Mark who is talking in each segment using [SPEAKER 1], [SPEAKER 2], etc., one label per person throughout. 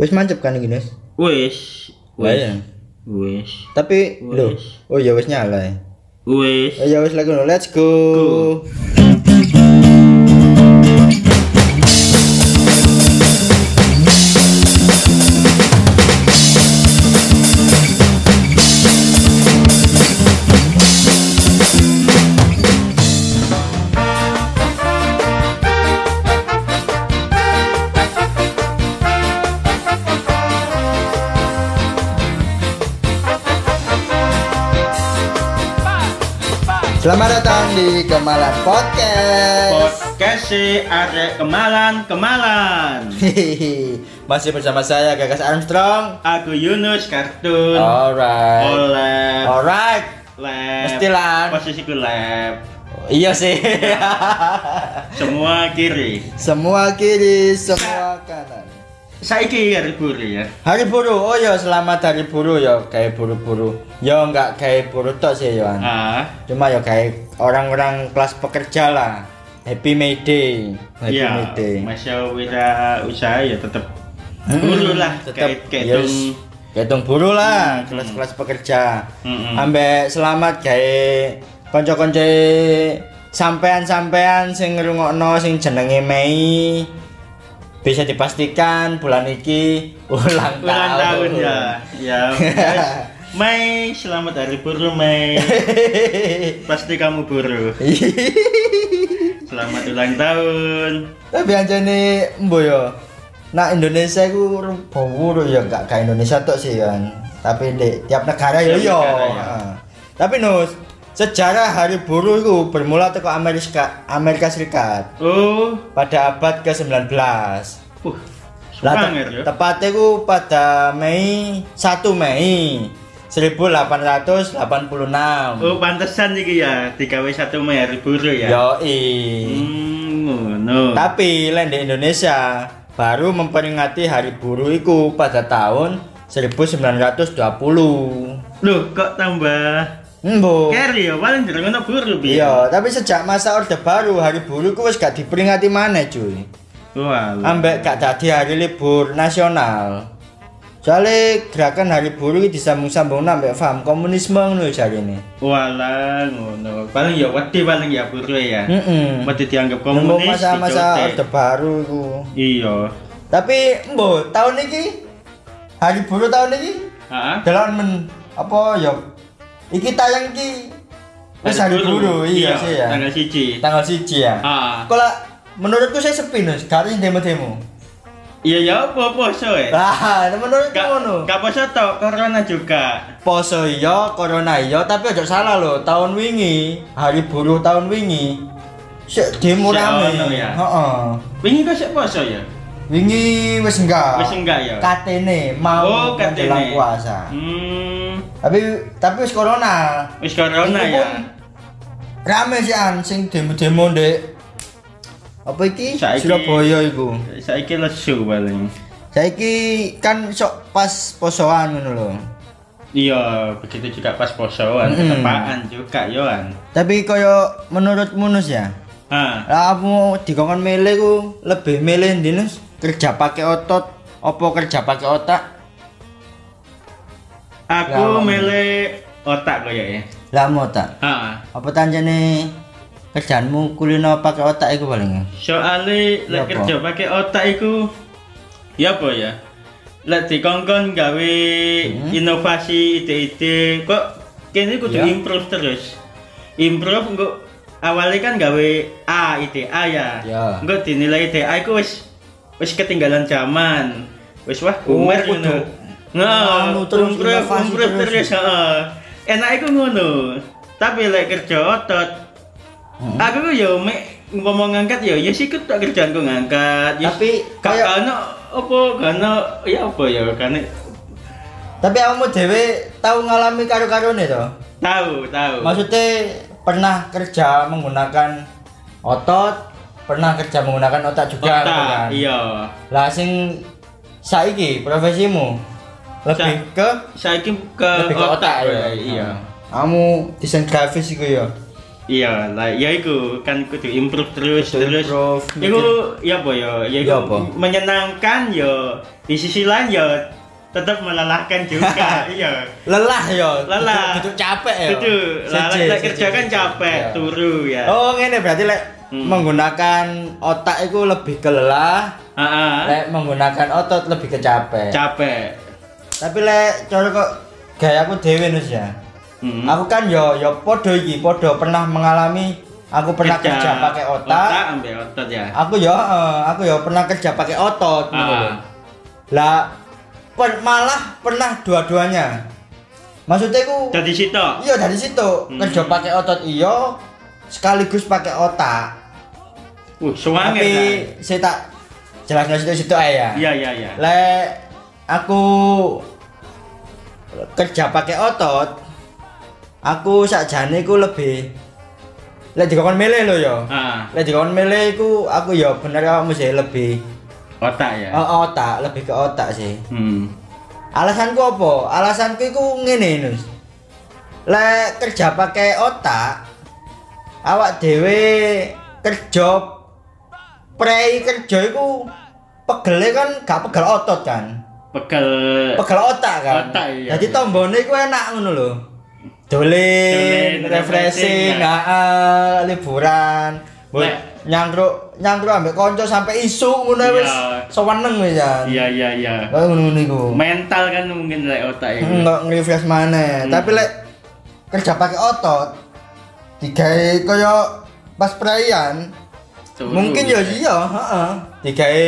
[SPEAKER 1] Wis mancep kan iki, Nes?
[SPEAKER 2] Wis.
[SPEAKER 1] Lah iya.
[SPEAKER 2] Wis.
[SPEAKER 1] Tapi lho, oh ya wis nyala. ya.
[SPEAKER 2] Wis.
[SPEAKER 1] Oh ya wis lagu let's go. Selamat datang di Kemalan Podcast.
[SPEAKER 2] Podcast si arek kemalan kemalan.
[SPEAKER 1] Hehehe. Masih bersama saya Gagas Armstrong.
[SPEAKER 2] Aku Yunus kartun.
[SPEAKER 1] Oh, Alright.
[SPEAKER 2] Oleh
[SPEAKER 1] Alright.
[SPEAKER 2] lab.
[SPEAKER 1] Mestilan.
[SPEAKER 2] Posisiku lab.
[SPEAKER 1] Iya sih.
[SPEAKER 2] Semua kiri.
[SPEAKER 1] semua kiri, semua kanan.
[SPEAKER 2] Saiki harus kiri ya.
[SPEAKER 1] Hari buruh, oh ya selamat hari buruh ya kayak buru-buru. Ya enggak kayak buruh tok sih Yohan.
[SPEAKER 2] Ah,
[SPEAKER 1] Cuma ya kayak orang-orang kelas pekerja lah. Happy May Day. Happy May
[SPEAKER 2] iya.
[SPEAKER 1] Day.
[SPEAKER 2] Masya wira usaha ya tetap dulu lah. Kayak kayak
[SPEAKER 1] Hmm, yes. Kehitung buruh lah,
[SPEAKER 2] Hmm,
[SPEAKER 1] kelas-kelas pekerja.
[SPEAKER 2] Hmm, hmm.
[SPEAKER 1] Ambek selamat kayak kanca-kanca sampean-sampean sing ngrungokno sing jenenge Mei bisa dipastikan bulan iki ulang,
[SPEAKER 2] ulang tahun ya. Ya. guys. Mei, selamat hari buruh Mei. Pasti kamu buruh. Selamat ulang tahun.
[SPEAKER 1] Tapi anjane mbo yo. Nak Indonesia ku bawu ya gak gak Indonesia tok sih kan. Tapi di tiap negara yo
[SPEAKER 2] Tiap
[SPEAKER 1] yo.
[SPEAKER 2] negara, ya.
[SPEAKER 1] Heeh. Tapi nus sejarah hari buruh itu bermula teko Amerika Amerika Serikat
[SPEAKER 2] Oh,
[SPEAKER 1] pada abad ke-19.
[SPEAKER 2] uh,
[SPEAKER 1] Lah,
[SPEAKER 2] Banger
[SPEAKER 1] te-
[SPEAKER 2] ya.
[SPEAKER 1] tepatnya ku pada Mei 1 Mei 1886.
[SPEAKER 2] Oh, pantesan iki ya, 3W1 Mei hari buruh ya.
[SPEAKER 1] Yoi.
[SPEAKER 2] Hmm, ngono.
[SPEAKER 1] Tapi lain di Indonesia baru memperingati Hari Buruh itu pada tahun 1920.
[SPEAKER 2] Loh, kok tambah
[SPEAKER 1] Embo.
[SPEAKER 2] carry ya, paling jarang ono buruh piye.
[SPEAKER 1] Iya, tapi sejak masa Orde Baru Hari Buruh itu wis gak diperingati mana cuy.
[SPEAKER 2] Wah. lu.
[SPEAKER 1] Ambek gak dadi hari libur nasional. Soalnya gerakan Hari Buruh iki disambung-sambung ambek paham komunisme ngono jare ini.
[SPEAKER 2] Walah, ngono. Paling ya wedi paling ya buruh ya.
[SPEAKER 1] Heeh.
[SPEAKER 2] Wedi dianggap
[SPEAKER 1] Nunggu
[SPEAKER 2] komunis.
[SPEAKER 1] Hmm. masa-masa
[SPEAKER 2] dicotek.
[SPEAKER 1] Orde Baru itu.
[SPEAKER 2] Iya.
[SPEAKER 1] Tapi embo tahun ini Hari Buruh tahun ini
[SPEAKER 2] Heeh.
[SPEAKER 1] Dalam men apa ya? Iki tayang ki wis hari guru iya sih ya.
[SPEAKER 2] Tanggal siji.
[SPEAKER 1] Tanggal siji ya.
[SPEAKER 2] Ah.
[SPEAKER 1] Kalau menurutku saya sepi nus, gak ada yang demo-demo.
[SPEAKER 2] Iya ya apa poso eh.
[SPEAKER 1] Lah, menurutku
[SPEAKER 2] Gak,
[SPEAKER 1] ngono.
[SPEAKER 2] gak poso tok, corona juga.
[SPEAKER 1] Poso iya, corona iya, tapi aja salah loh. Tahun wingi, hari buruh tahun wingi. Sik demo
[SPEAKER 2] Sik
[SPEAKER 1] rame.
[SPEAKER 2] ono ya?
[SPEAKER 1] Heeh.
[SPEAKER 2] Wingi kok sik poso ya?
[SPEAKER 1] Wingi wis enggak.
[SPEAKER 2] Wis enggak ya?
[SPEAKER 1] Katene mau
[SPEAKER 2] Oh, katene.
[SPEAKER 1] menjelang puasa.
[SPEAKER 2] Hmm,
[SPEAKER 1] Tapi tapi wis corona.
[SPEAKER 2] wis corona
[SPEAKER 1] Iku
[SPEAKER 2] ya.
[SPEAKER 1] pun rame sih an sing demo-demo ndek apa iki
[SPEAKER 2] Saiki-
[SPEAKER 1] Surabaya iku
[SPEAKER 2] Saiki lesu paling.
[SPEAKER 1] saiki kan sok pas posoan ngono lho
[SPEAKER 2] Iya, begitu juga pas posoan,
[SPEAKER 1] Mm-mm.
[SPEAKER 2] ketepaan juga yoan.
[SPEAKER 1] tapi kaya menurutmu Nus ya
[SPEAKER 2] Ah,
[SPEAKER 1] lah aku dikongkon milih ku lebih milih ndi Nus kerja pakai otot apa kerja pakai otak
[SPEAKER 2] aku
[SPEAKER 1] Lah,
[SPEAKER 2] milih otak koyo ya.
[SPEAKER 1] lah mau otak
[SPEAKER 2] Ah,
[SPEAKER 1] apa tanjane kerjaanmu kulino pakai otak iku paling
[SPEAKER 2] soalnya
[SPEAKER 1] Ya
[SPEAKER 2] lek
[SPEAKER 1] apa?
[SPEAKER 2] kerja pakai otak iku ya apa ya? Lek dikongkon gawe
[SPEAKER 1] Hmm.
[SPEAKER 2] inovasi ide-ide kok kene kudu
[SPEAKER 1] Ya.
[SPEAKER 2] improve terus. Improve engko awalnya kan gawe A ide A ya.
[SPEAKER 1] Ya.
[SPEAKER 2] Engko dinilai ide A iku wis wis ketinggalan zaman. Wis wah boomer
[SPEAKER 1] Oh, kudu.
[SPEAKER 2] ngono.
[SPEAKER 1] Anu
[SPEAKER 2] Nah,
[SPEAKER 1] terus,
[SPEAKER 2] improve,
[SPEAKER 1] inovasi
[SPEAKER 2] improve
[SPEAKER 1] terus.
[SPEAKER 2] terus. heeh. Enak iku ngono. Tapi lek kerja otot Mm-hmm. Aku ku yo mek ngomong ngangkat yo ya sikut tak kerjaanku ngangkat. Ya,
[SPEAKER 1] Tapi
[SPEAKER 2] gak
[SPEAKER 1] kayak-
[SPEAKER 2] ono apa gak ono ya apa ya kan
[SPEAKER 1] tapi kamu dewe tahu ngalami karo-karone to
[SPEAKER 2] tahu tahu.
[SPEAKER 1] Maksudnya pernah kerja menggunakan otot, pernah kerja menggunakan otak juga
[SPEAKER 2] Otak,
[SPEAKER 1] gitu kan?
[SPEAKER 2] iya.
[SPEAKER 1] Lah sing saiki profesimu lebih
[SPEAKER 2] Sa-
[SPEAKER 1] ke
[SPEAKER 2] Saiki ke
[SPEAKER 1] lebih
[SPEAKER 2] otak, ya,
[SPEAKER 1] ya.
[SPEAKER 2] iya.
[SPEAKER 1] Kamu desain grafis iku ya.
[SPEAKER 2] Iya, lah ya iku kan kudu improve terus
[SPEAKER 1] Kudu
[SPEAKER 2] terus.
[SPEAKER 1] improve,
[SPEAKER 2] Iku ya apa ya?
[SPEAKER 1] Ya
[SPEAKER 2] Ya iku
[SPEAKER 1] apa?
[SPEAKER 2] menyenangkan ya. Di sisi lain ya tetap melelahkan juga. iya.
[SPEAKER 1] lelah yo
[SPEAKER 2] Lelah.
[SPEAKER 1] duduk capek ya? yo
[SPEAKER 2] Itu lah
[SPEAKER 1] Seje,
[SPEAKER 2] lek
[SPEAKER 1] seje,
[SPEAKER 2] kerja kan
[SPEAKER 1] seje.
[SPEAKER 2] capek,
[SPEAKER 1] Iya.
[SPEAKER 2] turu ya.
[SPEAKER 1] oh ngene berarti lek
[SPEAKER 2] Hmm.
[SPEAKER 1] menggunakan otak itu lebih ke lelah
[SPEAKER 2] Heeh.
[SPEAKER 1] lek menggunakan otot lebih ke capek
[SPEAKER 2] Capek.
[SPEAKER 1] tapi lek cara kok gaya aku dhewe nus ya
[SPEAKER 2] Hmm.
[SPEAKER 1] aku kan yo yo podo iki podo pernah mengalami aku pernah kerja, pakai otak
[SPEAKER 2] Otak ambil otot ya.
[SPEAKER 1] aku ya eh, aku ya pernah kerja pakai otot
[SPEAKER 2] Ah.
[SPEAKER 1] gitu loh. lah per- malah pernah dua-duanya maksudnya aku
[SPEAKER 2] Jadi situ.
[SPEAKER 1] iya dari situ
[SPEAKER 2] Hmm.
[SPEAKER 1] kerja pakai otot iya sekaligus pakai otak
[SPEAKER 2] Uh, suange.
[SPEAKER 1] tapi saya tak jelas situ situ aja ya
[SPEAKER 2] Iya, iya, iya.
[SPEAKER 1] le aku kerja pakai otot aku sakjane ku lebih lek dikon milih lho ya
[SPEAKER 2] Ah,
[SPEAKER 1] Lek dikon milih iku aku ya bener kamu sih lebih
[SPEAKER 2] otak ya.
[SPEAKER 1] oh, otak, lebih ke otak sih.
[SPEAKER 2] Hmm.
[SPEAKER 1] Alasanku apa? Alasanku iku ngene, Nus. Lek kerja pakai otak, awak dhewe kerja prei kerja iku pegele kan gak pegel otot kan.
[SPEAKER 2] Pegel.
[SPEAKER 1] Pegel otak kan.
[SPEAKER 2] Otak, iya,
[SPEAKER 1] Jadi
[SPEAKER 2] iya.
[SPEAKER 1] tombone iku enak ngono lho. Dolen,
[SPEAKER 2] Dolen,
[SPEAKER 1] refreshing,
[SPEAKER 2] refreshing, ya.
[SPEAKER 1] heeh, liburan. Bu-
[SPEAKER 2] Lek-
[SPEAKER 1] nyangkruk nyangkruk ambek kanca sampai isu ngono
[SPEAKER 2] Iya.
[SPEAKER 1] wis seweneng wis ya.
[SPEAKER 2] Iya, iya, iya.
[SPEAKER 1] Kayak ngono iku.
[SPEAKER 2] Mental kan mungkin lek otak ya.
[SPEAKER 1] Enggak nge-refresh mana.
[SPEAKER 2] Hmm.
[SPEAKER 1] Tapi lek kerja pakai otot digawe kaya pas perayaan
[SPEAKER 2] Turu,
[SPEAKER 1] mungkin ya iya, heeh. Digawe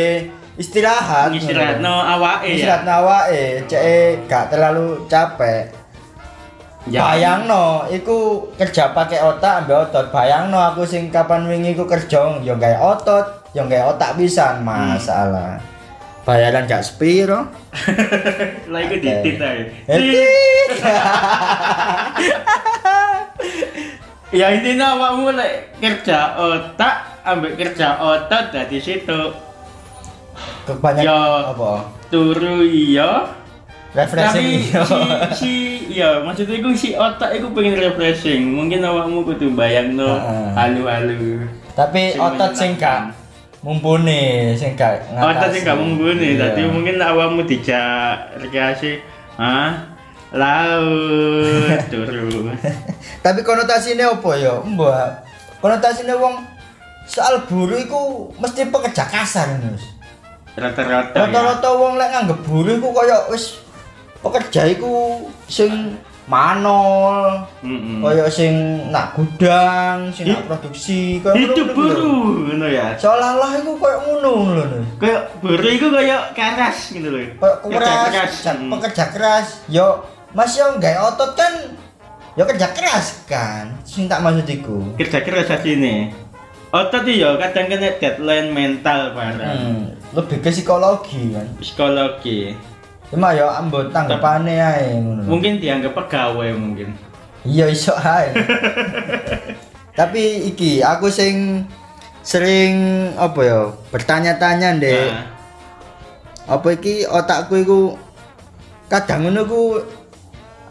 [SPEAKER 1] istirahat.
[SPEAKER 2] Istirahat no awake ya.
[SPEAKER 1] Istirahat awake, cek gak terlalu capek.
[SPEAKER 2] Ya.
[SPEAKER 1] Bayangno, iku kerja pakai otak ambil otot. Bayangno aku sing kapan wingi iku kerja yo gawe otot, yo gawe otak pisan masalah. Bayaran gak sepiro. Eh.
[SPEAKER 2] Lah iku titit ae.
[SPEAKER 1] Etit.
[SPEAKER 2] Ya intinya awakmu lek kerja otak ambek kerja otot dari situ
[SPEAKER 1] Kebanyakan
[SPEAKER 2] Yo.
[SPEAKER 1] apa?
[SPEAKER 2] turu iya
[SPEAKER 1] Refreshing.
[SPEAKER 2] tapi si, si iya maksudnya gue si otak gue pengen refreshing mungkin awakmu kudu bayang no
[SPEAKER 1] Heeh.
[SPEAKER 2] halu-halu
[SPEAKER 1] Tapi
[SPEAKER 2] Sing
[SPEAKER 1] otot sing gak mumpuni, sing gak
[SPEAKER 2] otak
[SPEAKER 1] ngatasi.
[SPEAKER 2] sih gak
[SPEAKER 1] Iya.
[SPEAKER 2] mengguni tadi mungkin awakmu dijak rekreasi ah laut turu
[SPEAKER 1] Tapi konotasinya apa ya? Mbak. Konotasinya wong soal buruh iku mesti pekerja kasar, Nus.
[SPEAKER 2] rata-rata ya.
[SPEAKER 1] Rata-rata wong lek nganggep buruh iku kaya wis pekerja iku sing manol,
[SPEAKER 2] Mm-mm.
[SPEAKER 1] kaya sing nak gudang, sing nak
[SPEAKER 2] Hi-
[SPEAKER 1] produksi, kaya
[SPEAKER 2] hidup
[SPEAKER 1] ngono-ngono lho.
[SPEAKER 2] buru gitu ya
[SPEAKER 1] Seolah-olah iku kaya ngono lho. Nus.
[SPEAKER 2] kayak buru itu kayak keras gitu loh
[SPEAKER 1] Pe-
[SPEAKER 2] Kerja
[SPEAKER 1] keras, jan-
[SPEAKER 2] Mm.
[SPEAKER 1] pekerja keras. Yo, Mas yo nggak otot kan? Yo kerja keras kan. Sing tak maksud iku.
[SPEAKER 2] kerja keras aja ini otot tuh ya kadang kena deadline mental parah
[SPEAKER 1] Hmm, lebih ke psikologi kan.
[SPEAKER 2] psikologi
[SPEAKER 1] Cuma yo ambot tanggapane ae ngono.
[SPEAKER 2] mungkin dianggap pegawai mungkin
[SPEAKER 1] Iya iso ae. Tapi iki aku sing sering apa ya bertanya-tanya ndek
[SPEAKER 2] Nah,
[SPEAKER 1] apa iki otakku iku kadang ngono ku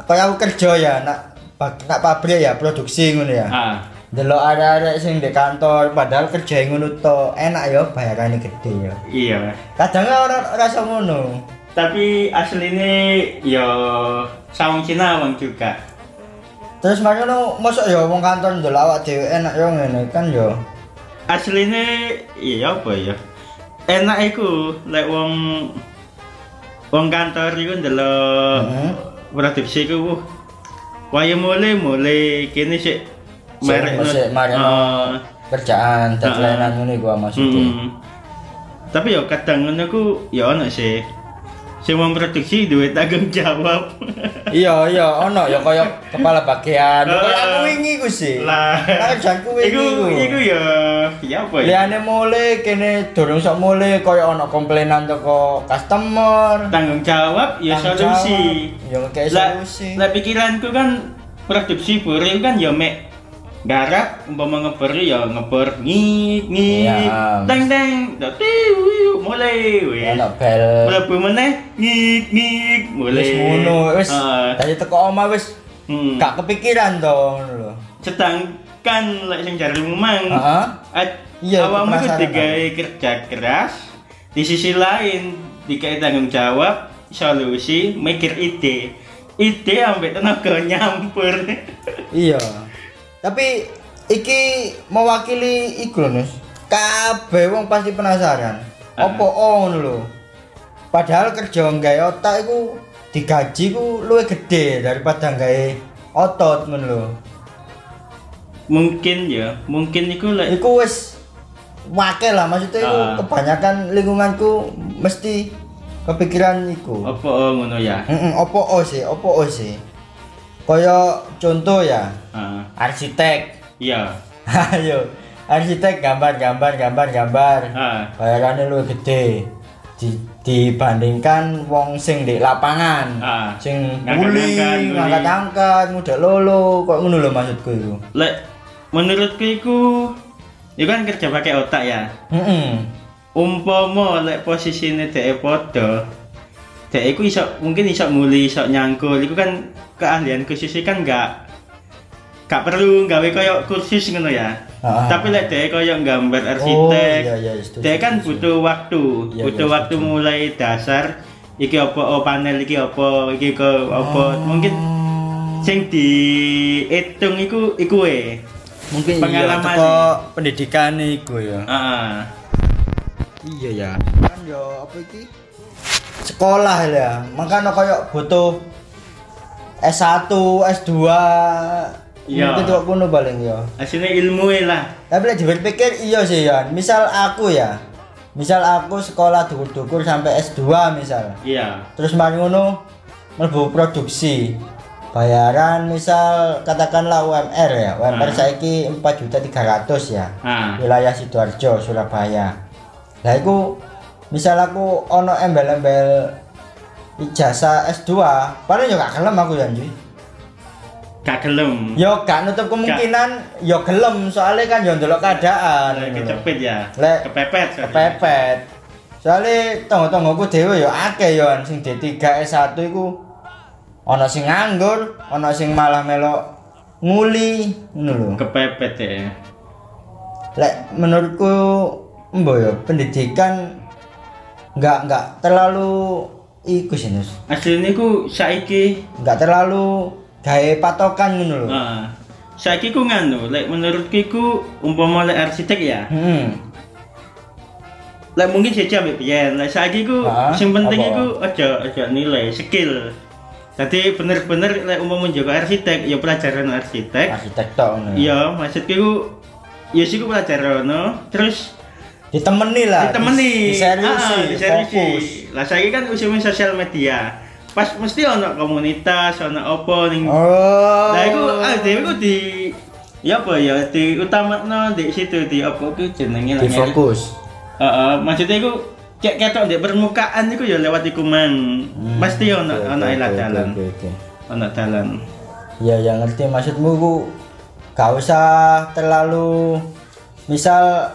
[SPEAKER 1] kaya aku kerja ya nak nak pabrik ya produksi ngono ya
[SPEAKER 2] ah
[SPEAKER 1] Delok arek-arek sing di kantor padahal kerja ngono to enak ya bayarane gede ya.
[SPEAKER 2] iya
[SPEAKER 1] Kadang ora rasa ngono.
[SPEAKER 2] tapi aslinya ya sawang Cina awang juga
[SPEAKER 1] Terus makanya mosok ya wong kantor ndelok awak dhewe enak ya ngene kan ya.
[SPEAKER 2] aslinya iya apa ya enak iku lek wong wong kantor iku ndelok
[SPEAKER 1] Heeh.
[SPEAKER 2] produksi iku wuh wayo mulai mulai kene sik
[SPEAKER 1] Sik, sik, mari.
[SPEAKER 2] Ah,
[SPEAKER 1] Kerjaan deadline ngono iku maksudnya.
[SPEAKER 2] Hmm. Tapi ya kadang ngono ku ya ono sih. Sing memproduksi duit tanggung jawab.
[SPEAKER 1] Iya iya ono ya kaya kepala bagian.
[SPEAKER 2] Eh.
[SPEAKER 1] Kaya aku wingi ku sih.
[SPEAKER 2] Lah.
[SPEAKER 1] Lah kerjaanku wingi
[SPEAKER 2] Iku
[SPEAKER 1] ku.
[SPEAKER 2] iku ya ya apa ya?
[SPEAKER 1] Liane mulai kene durung sok mulai kaya ono komplainan teko customer.
[SPEAKER 2] Tanggung jawab ya
[SPEAKER 1] Tanggung
[SPEAKER 2] solusi.
[SPEAKER 1] jawab, ya kayak
[SPEAKER 2] Lah-
[SPEAKER 1] solusi.
[SPEAKER 2] Lah pikiranku kan produksi buri kan ya mek garap umpama ngebor ya ngebor ngik ngik
[SPEAKER 1] Iya.
[SPEAKER 2] teng teng tapi mulai wis
[SPEAKER 1] Ono bel.
[SPEAKER 2] mlebu meneh ngik ngik mulai
[SPEAKER 1] Wis ngono, wis
[SPEAKER 2] Ah,
[SPEAKER 1] dari teko oma wis
[SPEAKER 2] hmm.
[SPEAKER 1] gak kepikiran to ngono lho.
[SPEAKER 2] sedang kan lek sing jarimu mang.
[SPEAKER 1] Heeh.
[SPEAKER 2] At-
[SPEAKER 1] Iya,
[SPEAKER 2] Eh, awakmu itu
[SPEAKER 1] penasaran
[SPEAKER 2] digawe kerja keras di sisi lain digawe tanggung jawab solusi mikir ide ide ambek tenaga nyampur
[SPEAKER 1] Iya. Tapi iki mewakili iku lho, Nus. Kabeh wong pasti penasaran.
[SPEAKER 2] Ah.
[SPEAKER 1] Apa on lho? Padahal kerja nggawe otak iku digaji ku luwih gede daripada nggawe otot ngono lho.
[SPEAKER 2] mungkin ya mungkin iku lek
[SPEAKER 1] Iku wis wakil lah maksudnya iku
[SPEAKER 2] Ah.
[SPEAKER 1] kebanyakan lingkunganku mesti kepikiran iku.
[SPEAKER 2] apa oh, ngono ya
[SPEAKER 1] Heeh, opo o sih, opo o sih. Kaya contoh ya,
[SPEAKER 2] Ah,
[SPEAKER 1] arsitek.
[SPEAKER 2] iya
[SPEAKER 1] Ayo, arsitek gambar gambar gambar gambar.
[SPEAKER 2] Ah.
[SPEAKER 1] Bayarannya lu gede. Di, dibandingkan wong sing di lapangan.
[SPEAKER 2] Ah.
[SPEAKER 1] Sing
[SPEAKER 2] Ngangkat-ngangkat,
[SPEAKER 1] nguli,
[SPEAKER 2] nguli.
[SPEAKER 1] ngangkat-ngangkat, muda lolo, kok ngono lho maksudku itu.
[SPEAKER 2] lek menurutku iku ya kan kerja pakai otak ya
[SPEAKER 1] Heeh.
[SPEAKER 2] umpama lek posisine dhek padha dhek iku iso mungkin iso nguli iso nyangkul iku kan keahlian khusus iki kan gak gak perlu gawe koyo kursus ngono ya
[SPEAKER 1] Ah.
[SPEAKER 2] tapi lek dhek koyo gambar
[SPEAKER 1] Oh,
[SPEAKER 2] arsitek
[SPEAKER 1] iya, iya, setuju,
[SPEAKER 2] dhek kan
[SPEAKER 1] setuju.
[SPEAKER 2] butuh waktu
[SPEAKER 1] Iya,
[SPEAKER 2] butuh
[SPEAKER 1] iya,
[SPEAKER 2] waktu
[SPEAKER 1] setuju.
[SPEAKER 2] mulai dasar iki apa oh, panel iki apa iki ke
[SPEAKER 1] Ah.
[SPEAKER 2] apa mungkin sing diitung iku iku e
[SPEAKER 1] mungkin
[SPEAKER 2] pengalaman.
[SPEAKER 1] iya, teko pendidikan iku ya.
[SPEAKER 2] heeh
[SPEAKER 1] Iya ya. Kan yo apa iki? Sekolah ya. Makanya koyo butuh S1, S2.
[SPEAKER 2] Iya.
[SPEAKER 1] Mungkin kok ngono paling ya.
[SPEAKER 2] asine ilmu e lah
[SPEAKER 1] Tapi lek dipikir iya sih ya. Misal aku ya. Misal aku sekolah dukur-dukur sampai S2 misal.
[SPEAKER 2] iya
[SPEAKER 1] Terus mari ngono mlebu produksi. Bayaran misal katakanlah UMR ya. UMR
[SPEAKER 2] Ah.
[SPEAKER 1] saiki 4.300 ya.
[SPEAKER 2] ah
[SPEAKER 1] wilayah Sidoarjo Surabaya lah iku misal aku ono embel-embel ijazah S2 paling yo gak gelem aku ya Nji
[SPEAKER 2] gak gelem
[SPEAKER 1] yo gak nutup kemungkinan yo gelem soalnya kan yo ndelok keadaan
[SPEAKER 2] Lek
[SPEAKER 1] ngono lho.
[SPEAKER 2] kecepit ya
[SPEAKER 1] Lek-
[SPEAKER 2] kepepet sorry.
[SPEAKER 1] Iya, kepepet soalnya tonggo-tonggoku dhewe yo akeh yo sing D3 S1 iku ono sing nganggur ono sing malah melok nguli ngono lho
[SPEAKER 2] kepepet ya
[SPEAKER 1] Lek menurutku embo ya pendidikan nggak nggak terlalu iku sih Nus.
[SPEAKER 2] aslinya ku saiki
[SPEAKER 1] nggak terlalu gawe patokan ngono lho.
[SPEAKER 2] ah, saiki ku nganu lek menurutku ku umpama lek arsitek ya
[SPEAKER 1] Heeh.
[SPEAKER 2] lek mungkin siji ambek pian lek saiki ku
[SPEAKER 1] Ah,
[SPEAKER 2] sing penting
[SPEAKER 1] apa?
[SPEAKER 2] iku aja aja nilai skill jadi bener-bener lek umpama jago arsitek ya pelajaran arsitek
[SPEAKER 1] Arsitek tok ngono.
[SPEAKER 2] iya maksudku ku ya sih ku pelajaran no. terus
[SPEAKER 1] Ditemeni lah.
[SPEAKER 2] ditemeni
[SPEAKER 1] Diseriusi,
[SPEAKER 2] Ah, diseriusi.
[SPEAKER 1] fokus.
[SPEAKER 2] lah saiki kan usia sosial media pas mesti ono komunitas ono opo ning
[SPEAKER 1] Oh.
[SPEAKER 2] Lah iku ah dhewe ku di ya apa ya di utamakno di situ di apa ku jenenge lah,
[SPEAKER 1] di fokus.
[SPEAKER 2] Heeh, maksudnya iku cek ketok di permukaan iku ya lewat iku mang. Pasti ono
[SPEAKER 1] Hmm, Oke,
[SPEAKER 2] ono
[SPEAKER 1] oke,
[SPEAKER 2] ilah
[SPEAKER 1] oke,
[SPEAKER 2] dalan.
[SPEAKER 1] oke, oke.
[SPEAKER 2] Ono dalan.
[SPEAKER 1] Iya, ya ngerti maksudmu ku gak usah terlalu misal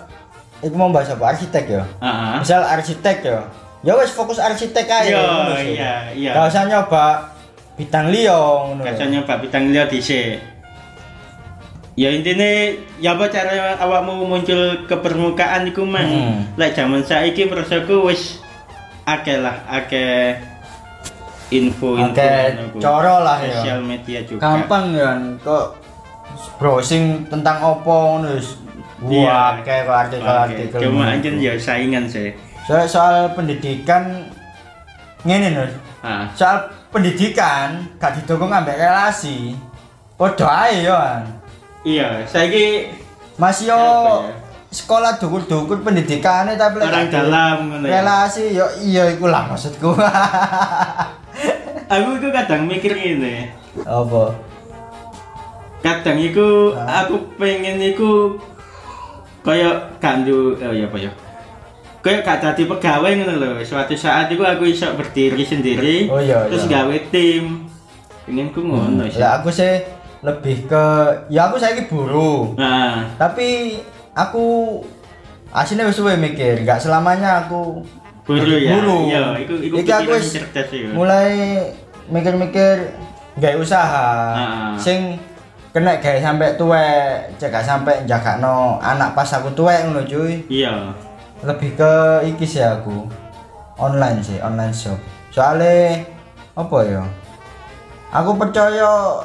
[SPEAKER 1] iku mau bahas apa arsitek ya?
[SPEAKER 2] Heeh.
[SPEAKER 1] misal arsitek ya ya wes fokus arsitek aja
[SPEAKER 2] Yo,
[SPEAKER 1] ngono sih.
[SPEAKER 2] iya, iya.
[SPEAKER 1] gak usah nyoba bintang liong
[SPEAKER 2] Kacanya Pak Bintang Leo dhisik. Ya intinya ya apa cara awakmu muncul ke permukaan iku mang.
[SPEAKER 1] Hmm.
[SPEAKER 2] Lek jaman saiki prosoku wis akeh lah akeh info-info
[SPEAKER 1] Akeh
[SPEAKER 2] ngono ku.
[SPEAKER 1] coro lah ya.
[SPEAKER 2] Sosial media juga.
[SPEAKER 1] gampang ya kok browsing tentang opo ngono wis wah kayak kok artikel
[SPEAKER 2] Oke,
[SPEAKER 1] artikel
[SPEAKER 2] Cuma
[SPEAKER 1] ngono.
[SPEAKER 2] anjen ya saingan sih.
[SPEAKER 1] soal soal pendidikan ngene Nur.
[SPEAKER 2] Ah,
[SPEAKER 1] soal pendidikan gak didukung ambek relasi podo ae yo An.
[SPEAKER 2] iya, saiki
[SPEAKER 1] masih yo
[SPEAKER 2] Apa ya?
[SPEAKER 1] sekolah dukun-dukun pendidikannya tapi lek
[SPEAKER 2] orang
[SPEAKER 1] gak di-
[SPEAKER 2] dalam ngono ya.
[SPEAKER 1] relasi yo iya iku lah maksudku
[SPEAKER 2] Aku itu kadang mikir ngene.
[SPEAKER 1] apa
[SPEAKER 2] Kadang iku
[SPEAKER 1] Ah.
[SPEAKER 2] aku pengen iku kaya kandu oh ya apa ya. Kaya gak dadi pegawai ngono lho. Suatu saat iku aku iso berdiri sendiri
[SPEAKER 1] Oh, iya,
[SPEAKER 2] terus
[SPEAKER 1] iya. Hmm,
[SPEAKER 2] gawe tim. Pengen ku ngono sih.
[SPEAKER 1] lah aku sih lebih ke ya aku saiki buru
[SPEAKER 2] Nah,
[SPEAKER 1] tapi aku aslinya wis suwe mikir nggak selamanya aku
[SPEAKER 2] buru ya.
[SPEAKER 1] buru
[SPEAKER 2] Iya, iku iku
[SPEAKER 1] Iki aku
[SPEAKER 2] pikiran
[SPEAKER 1] wis
[SPEAKER 2] cerdas iku.
[SPEAKER 1] mulai mikir-mikir nggak usaha
[SPEAKER 2] Ah.
[SPEAKER 1] sing kena kayak sampai tuwek cek gak sampai jaga no anak pas aku tuwek ngono cuy
[SPEAKER 2] iya
[SPEAKER 1] lebih ke iki sih aku online sih online shop soalnya apa ya aku percaya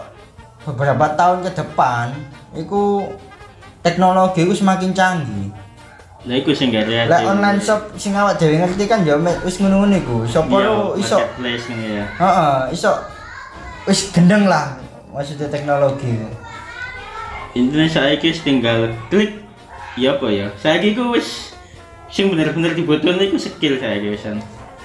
[SPEAKER 1] beberapa tahun ke depan itu teknologi itu semakin canggih
[SPEAKER 2] lah iku sing gak
[SPEAKER 1] lah online shop sing awak dhewe ngerti kan ya me- wis ngono-ngono iku sapa
[SPEAKER 2] Iya,
[SPEAKER 1] lu iso
[SPEAKER 2] marketplace ini ya
[SPEAKER 1] heeh iso wis gendeng lah maksudnya teknologi itu
[SPEAKER 2] intinya saya wis tinggal klik ya apa ya saya iku wis sing bener-bener dibutuhin iku skill saya iki wisan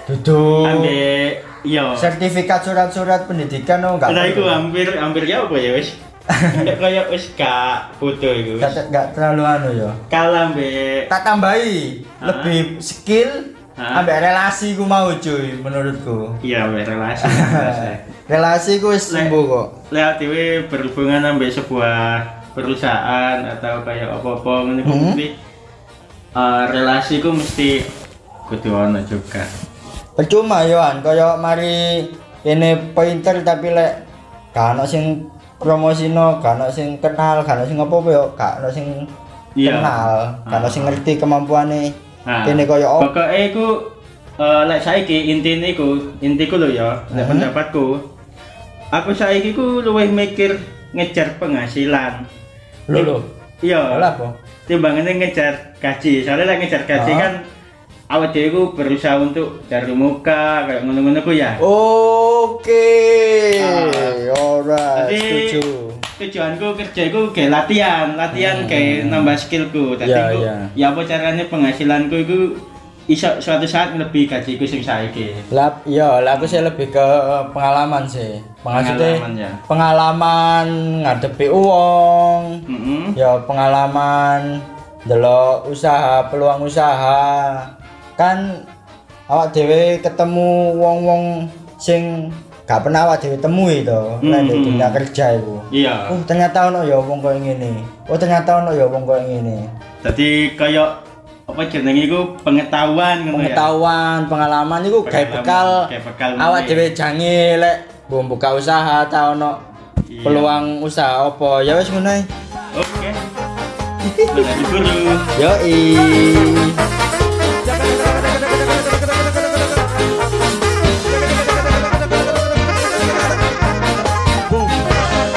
[SPEAKER 1] duduk
[SPEAKER 2] ambek iya
[SPEAKER 1] sertifikat surat-surat pendidikan oh enggak
[SPEAKER 2] Nah, itu hampir hampir ya apa ya wis. Kayak kayak wis gak butuh iku.
[SPEAKER 1] enggak enggak terlalu anu ya
[SPEAKER 2] Kalah mbek
[SPEAKER 1] tak tambahi
[SPEAKER 2] Hah?
[SPEAKER 1] lebih skill
[SPEAKER 2] Hah?
[SPEAKER 1] ambek relasi ku mau cuy menurutku
[SPEAKER 2] iya mbek relasi. relasi.
[SPEAKER 1] relasi ku wis
[SPEAKER 2] Lek-
[SPEAKER 1] sembuh kok
[SPEAKER 2] Lewat dhewe berhubungan ambek sebuah perusahaan atau kayak apa-apa ngene ku
[SPEAKER 1] Hmm.
[SPEAKER 2] mesti eh, relasi ku mesti kudu ono juga.
[SPEAKER 1] percuma yoan kaya mari ini pointer tapi lek gak ono sing promosino gak ono sing kenal gak ono sing apa-apa yo gak ono sing
[SPEAKER 2] Iya.
[SPEAKER 1] kenal gak ono sing ngerti kemampuane
[SPEAKER 2] Nah,
[SPEAKER 1] kene kaya apa
[SPEAKER 2] Pokoknya iku eh, lek saiki intine iku, intiku lho ya, lek
[SPEAKER 1] Mhm.
[SPEAKER 2] pendapatku. Aku saiki ku luwih mikir ngejar penghasilan.
[SPEAKER 1] Lho, lho.
[SPEAKER 2] Iya.
[SPEAKER 1] Lha apa
[SPEAKER 2] timbangannya ngejar gaji soalnya lah ngejar gaji
[SPEAKER 1] Ah.
[SPEAKER 2] kan awet dhewe ku berusaha untuk cari muka kayak ngono-ngono ku ya
[SPEAKER 1] Oke,
[SPEAKER 2] Ah.
[SPEAKER 1] alright,
[SPEAKER 2] Jadi-
[SPEAKER 1] setuju.
[SPEAKER 2] tujuanku kerja ku kayak latihan latihan kayak nambah skillku tadi
[SPEAKER 1] Iya,
[SPEAKER 2] ku
[SPEAKER 1] iya.
[SPEAKER 2] Hmm. ya apa caranya penghasilanku itu iso suatu saat lebih gajiku sing saiki
[SPEAKER 1] Lab, iya, lah aku sih lebih ke pengalaman sih. Maksudnya
[SPEAKER 2] Pengalaman, ya.
[SPEAKER 1] pengalaman ngadepi uang,
[SPEAKER 2] Mm-mm.
[SPEAKER 1] ya pengalaman delok usaha, peluang usaha. Kan awak dhewe ketemu wong-wong sing gak pernah awak dhewe temui to,
[SPEAKER 2] Hmm.
[SPEAKER 1] nek di dunia kerja iku.
[SPEAKER 2] iya
[SPEAKER 1] Oh, ternyata ono ya wong koyo ngene. Oh, ternyata ono ya wong koyo ngene.
[SPEAKER 2] jadi kayak apa jenenge iku pengetahuan ngono ya
[SPEAKER 1] pengetahuan pengalaman itu kayak bekal
[SPEAKER 2] Oh, Pengalaman, gawe bekal
[SPEAKER 1] awak
[SPEAKER 2] meneh.
[SPEAKER 1] dhewe jange lek mbok buka usaha ta ono
[SPEAKER 2] Iya.
[SPEAKER 1] peluang usaha apa ya wis ngono ae.
[SPEAKER 2] oke okay. guru
[SPEAKER 1] yoi